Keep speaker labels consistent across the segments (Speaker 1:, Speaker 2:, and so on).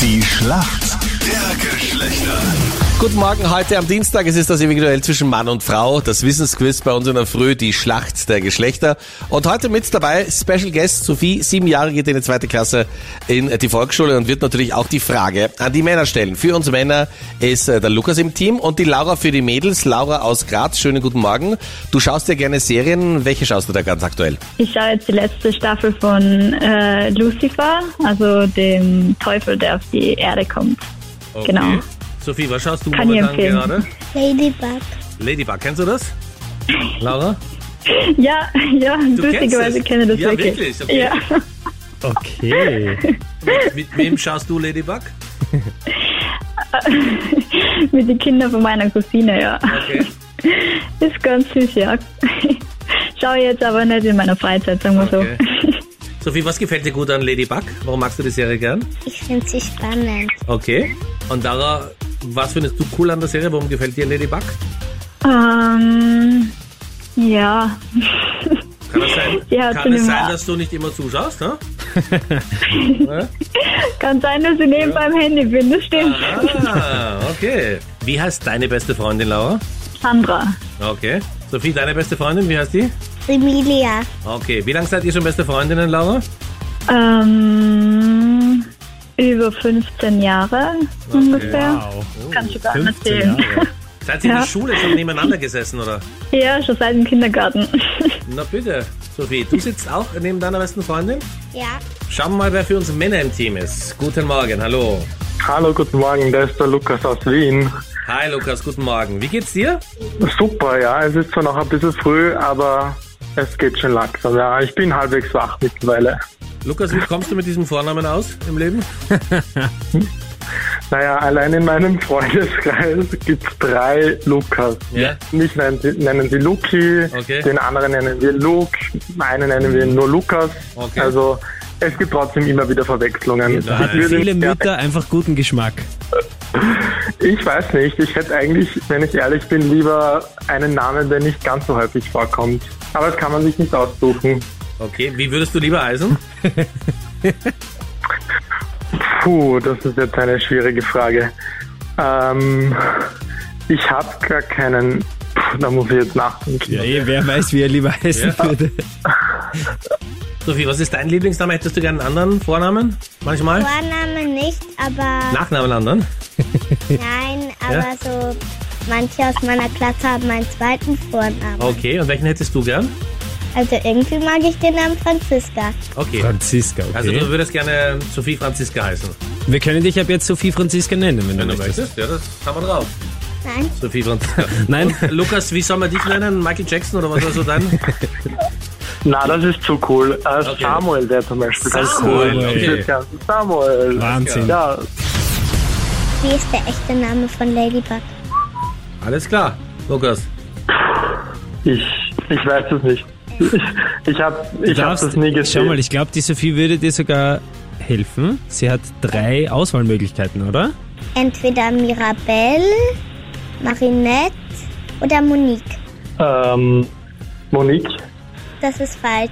Speaker 1: Die Schlacht der Geschlechter.
Speaker 2: Guten Morgen, heute am Dienstag. Es ist das ewige Duell zwischen Mann und Frau. Das Wissensquiz bei uns in der Früh, die Schlacht der Geschlechter. Und heute mit dabei Special Guest Sophie, sieben Jahre geht in die zweite Klasse in die Volksschule und wird natürlich auch die Frage an die Männer stellen. Für uns Männer ist äh, der Lukas im Team und die Laura für die Mädels. Laura aus Graz, schönen guten Morgen. Du schaust dir gerne Serien. Welche schaust du da ganz aktuell?
Speaker 3: Ich schaue jetzt die letzte Staffel von äh, Lucifer, also dem Teufel, der auf die Erde kommt. Genau.
Speaker 2: Sophie, was schaust du
Speaker 3: Kann ich
Speaker 2: momentan
Speaker 3: empfehlen.
Speaker 2: gerade?
Speaker 4: Ladybug.
Speaker 2: Ladybug, kennst du das? Laura?
Speaker 3: Ja, ja,
Speaker 2: kennst
Speaker 3: lustigerweise
Speaker 2: es?
Speaker 3: kenne das
Speaker 2: Ja,
Speaker 3: wirklich.
Speaker 2: wirklich? Okay.
Speaker 3: Ja.
Speaker 5: Okay.
Speaker 2: Mit wem schaust du Ladybug?
Speaker 3: Mit den Kindern von meiner Cousine, ja.
Speaker 2: Okay.
Speaker 3: Ist ganz süß, ja. Schaue jetzt aber nicht in meiner Freizeit, sagen wir
Speaker 2: Okay. Sophie, was gefällt dir gut an Ladybug? Warum magst du die Serie gern?
Speaker 4: Ich finde sie spannend.
Speaker 2: Okay. Und Dara, was findest du cool an der Serie? Warum gefällt dir Ladybug?
Speaker 3: so. Ähm, ja.
Speaker 2: Kann es sein,
Speaker 3: Ja,
Speaker 2: kann
Speaker 3: bin
Speaker 2: es
Speaker 3: immer-
Speaker 2: sein dass du nicht immer zuschaust? Ne?
Speaker 3: Kann sein, dass ich nebenbei am Handy bin, das stimmt.
Speaker 2: Ah, okay. Wie heißt deine beste Freundin, Laura?
Speaker 3: Sandra,
Speaker 2: Okay. Sophie, deine beste Freundin, wie heißt die?
Speaker 4: Emilia.
Speaker 2: Okay. Wie lange seid ihr schon beste Freundinnen, Laura?
Speaker 3: ähm, über 15 Jahre ungefähr. Oh,
Speaker 5: Wow.
Speaker 3: Kannst du gar nicht
Speaker 5: 15
Speaker 3: sehen.
Speaker 5: Jahre.
Speaker 2: Seid ihr in
Speaker 3: Ja.
Speaker 2: der Schule schon nebeneinander gesessen, oder?
Speaker 3: Ja, schon seit dem Kindergarten.
Speaker 2: Na bitte, Sophie, du sitzt auch neben deiner besten Freundin?
Speaker 4: Ja.
Speaker 2: Schauen wir mal, wer für uns Männer im Team ist. Guten Morgen, hallo.
Speaker 6: Hallo, guten Morgen, da ist der Lukas aus Wien.
Speaker 2: Hi Lukas, guten Morgen. Wie geht's dir?
Speaker 6: Super, ja, es ist zwar noch ein bisschen früh, aber es geht schon langsam. Ja, ich bin halbwegs wach mittlerweile.
Speaker 2: Lukas, wie kommst du mit diesem Vornamen aus im Leben?
Speaker 6: Naja, allein in meinem Freundeskreis gibt's drei Lukas.
Speaker 2: Ja.
Speaker 6: Mich nennen sie, nennen sie Luki,
Speaker 2: Okay.
Speaker 6: den anderen nennen wir Luke, einen nennen wir nur Lukas.
Speaker 2: Okay.
Speaker 6: Also es gibt trotzdem immer wieder Verwechslungen.
Speaker 2: Da
Speaker 6: Ich
Speaker 2: hatten
Speaker 6: würde-
Speaker 5: Viele Mütter einfach guten Geschmack.
Speaker 6: Ich weiß nicht. Ich hätte eigentlich, wenn ich ehrlich bin, lieber einen Namen, der nicht ganz so häufig vorkommt. Aber das kann man sich nicht aussuchen.
Speaker 2: Okay, wie würdest du lieber heißen?
Speaker 6: Puh, das ist jetzt eine schwierige Frage. Ähm, ich habe gar keinen. Puh, da muss ich jetzt nachdenken.
Speaker 5: Ja, eh, wer weiß, wie er lieber heißen
Speaker 2: Ja.
Speaker 5: würde.
Speaker 2: Sophie, was ist dein Lieblingsname? Hättest du gerne einen anderen Vornamen? Manchmal?
Speaker 4: Vorname nicht, aber
Speaker 2: Nachnamen anderen?
Speaker 4: nein, aber so manche aus meiner Klasse haben meinen zweiten Vornamen.
Speaker 2: Okay, und welchen hättest du gern?
Speaker 4: Also irgendwie mag ich den Namen Franziska.
Speaker 2: Okay.
Speaker 5: Franziska, okay.
Speaker 2: Also du würdest gerne Sophie Franziska heißen.
Speaker 5: wir können dich ab jetzt Sophie Franziska nennen, wenn du möchtest.
Speaker 2: ja, das haben wir drauf.
Speaker 4: Nein,
Speaker 2: Sophie Franziska.
Speaker 5: Nein,
Speaker 2: Lukas, wie soll man dich nennen? Michael Jackson oder was also war so dein?
Speaker 6: Na, das ist zu cool. Äh,
Speaker 2: Okay.
Speaker 6: Samuel wäre zum Beispiel ganz
Speaker 2: Samuel,
Speaker 6: cool.
Speaker 2: okay.
Speaker 6: Das Ganze. Samuel.
Speaker 5: Wahnsinn.
Speaker 6: Ja,
Speaker 4: wie ist der echte Name von Ladybug?
Speaker 2: Alles klar, Lukas.
Speaker 6: ich, ich weiß es nicht. Ich, ich habe
Speaker 5: du
Speaker 6: ich hab das nie gesehen.
Speaker 5: schau mal, ich glaube, die Sophie würde dir sogar helfen. Sie hat drei Auswahlmöglichkeiten, oder?
Speaker 4: Entweder Mirabelle, Marinette oder Monique.
Speaker 6: ähm, Monique.
Speaker 4: Das ist falsch.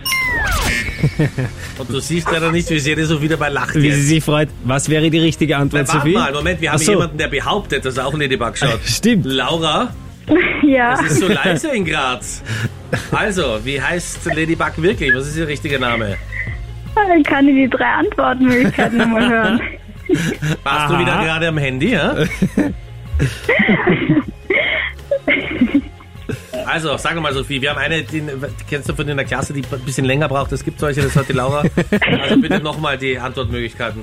Speaker 2: Und du siehst leider nicht, wie sehr so wieder bei lacht
Speaker 5: Wie sie
Speaker 2: jetzt.
Speaker 5: sich freut. Was wäre die richtige Antwort,
Speaker 2: Warte
Speaker 5: Sophie?
Speaker 2: mal, Moment, wir
Speaker 5: Ach
Speaker 2: haben
Speaker 5: so.
Speaker 2: jemanden, der behauptet, dass er auch Ladybug schaut.
Speaker 5: Stimmt.
Speaker 2: Laura,
Speaker 3: ja,
Speaker 2: es ist so leise in Graz. Also, wie heißt Ladybug wirklich? Was ist ihr richtiger Name?
Speaker 3: dann kann ich die drei Antwortmöglichkeiten nochmal hören.
Speaker 2: Warst du
Speaker 5: Aha.
Speaker 2: wieder gerade am Handy? Ja? Also, sag mal, Sophie, wir haben eine, die, kennst du von in der Klasse, die ein bisschen länger braucht. Es gibt solche, das hat die Laura. Also bitte nochmal die Antwortmöglichkeiten.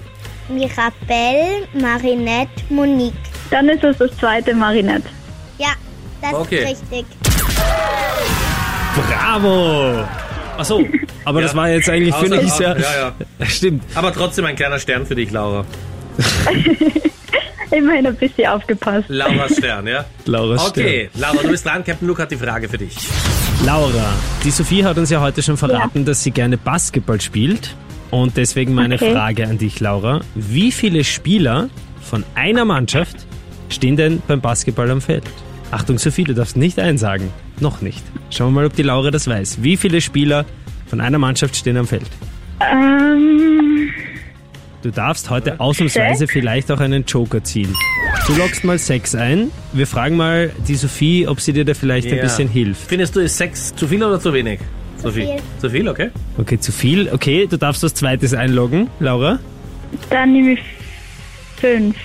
Speaker 4: Mirabelle, Marinette, Monique.
Speaker 3: Dann ist es das zweite Marinette.
Speaker 4: Ja, das
Speaker 2: Okay.
Speaker 4: ist richtig.
Speaker 5: Bravo! Ach so, aber das war jetzt eigentlich für
Speaker 2: Außer-
Speaker 5: nichts.
Speaker 2: ja, ja.
Speaker 5: Stimmt.
Speaker 2: Aber trotzdem ein kleiner Stern für dich, Laura.
Speaker 3: Immerhin ein bisschen aufgepasst.
Speaker 2: Laura's Stern, ja?
Speaker 5: Laura Stern.
Speaker 2: Okay, Laura, du bist dran. Captain Luke hat die Frage für dich.
Speaker 5: Laura, die Sophie hat uns ja heute schon verraten, dass sie gerne Basketball spielt. Und deswegen meine
Speaker 3: Okay.
Speaker 5: Frage an dich, Laura. Wie viele Spieler von einer Mannschaft stehen denn beim Basketball am Feld? Achtung, Sophie, du darfst nicht einsagen. Noch nicht. Schauen wir mal, ob die Laura das weiß. Wie viele Spieler von einer Mannschaft stehen am Feld?
Speaker 3: Ähm,
Speaker 5: Du darfst heute ausnahmsweise vielleicht auch einen Joker ziehen. Du lockst mal sechs ein. Wir fragen mal die Sophie, ob sie dir da vielleicht ein
Speaker 2: Ja.
Speaker 5: bisschen hilft.
Speaker 2: Findest du ist Sex zu viel oder zu wenig? Zu
Speaker 4: viel.
Speaker 2: Zu viel, okay.
Speaker 5: Okay, zu viel. Okay, du darfst das zweites einloggen, Laura.
Speaker 3: Dann nehme ich fünf.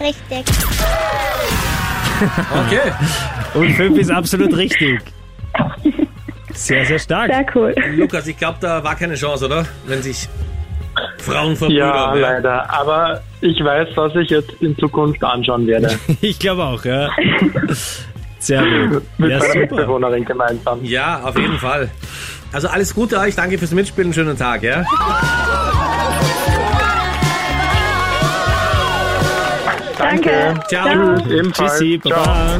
Speaker 4: Richtig.
Speaker 2: Okay.
Speaker 5: Und fünf ist absolut richtig. Sehr, sehr stark.
Speaker 3: Sehr cool.
Speaker 2: Lukas, ich glaube, da war keine Chance, oder? Wenn sich Frauen
Speaker 6: Ja,
Speaker 2: verbrüdern.
Speaker 6: leider. Aber ich weiß, was ich jetzt in Zukunft anschauen werde.
Speaker 5: Ich glaube auch, ja. Sehr gut.
Speaker 6: Mit
Speaker 5: Ja,
Speaker 6: meiner
Speaker 5: super.
Speaker 6: Mitbewohnerin gemeinsam.
Speaker 2: ja, auf jeden Fall. Also alles Gute euch, danke fürs Mitspielen, schönen Tag, ja?
Speaker 3: Danke.
Speaker 2: Ciao.
Speaker 3: Ciao.
Speaker 6: Ebenfalls.
Speaker 5: Tschüssi,
Speaker 6: Ciao.
Speaker 5: Baba.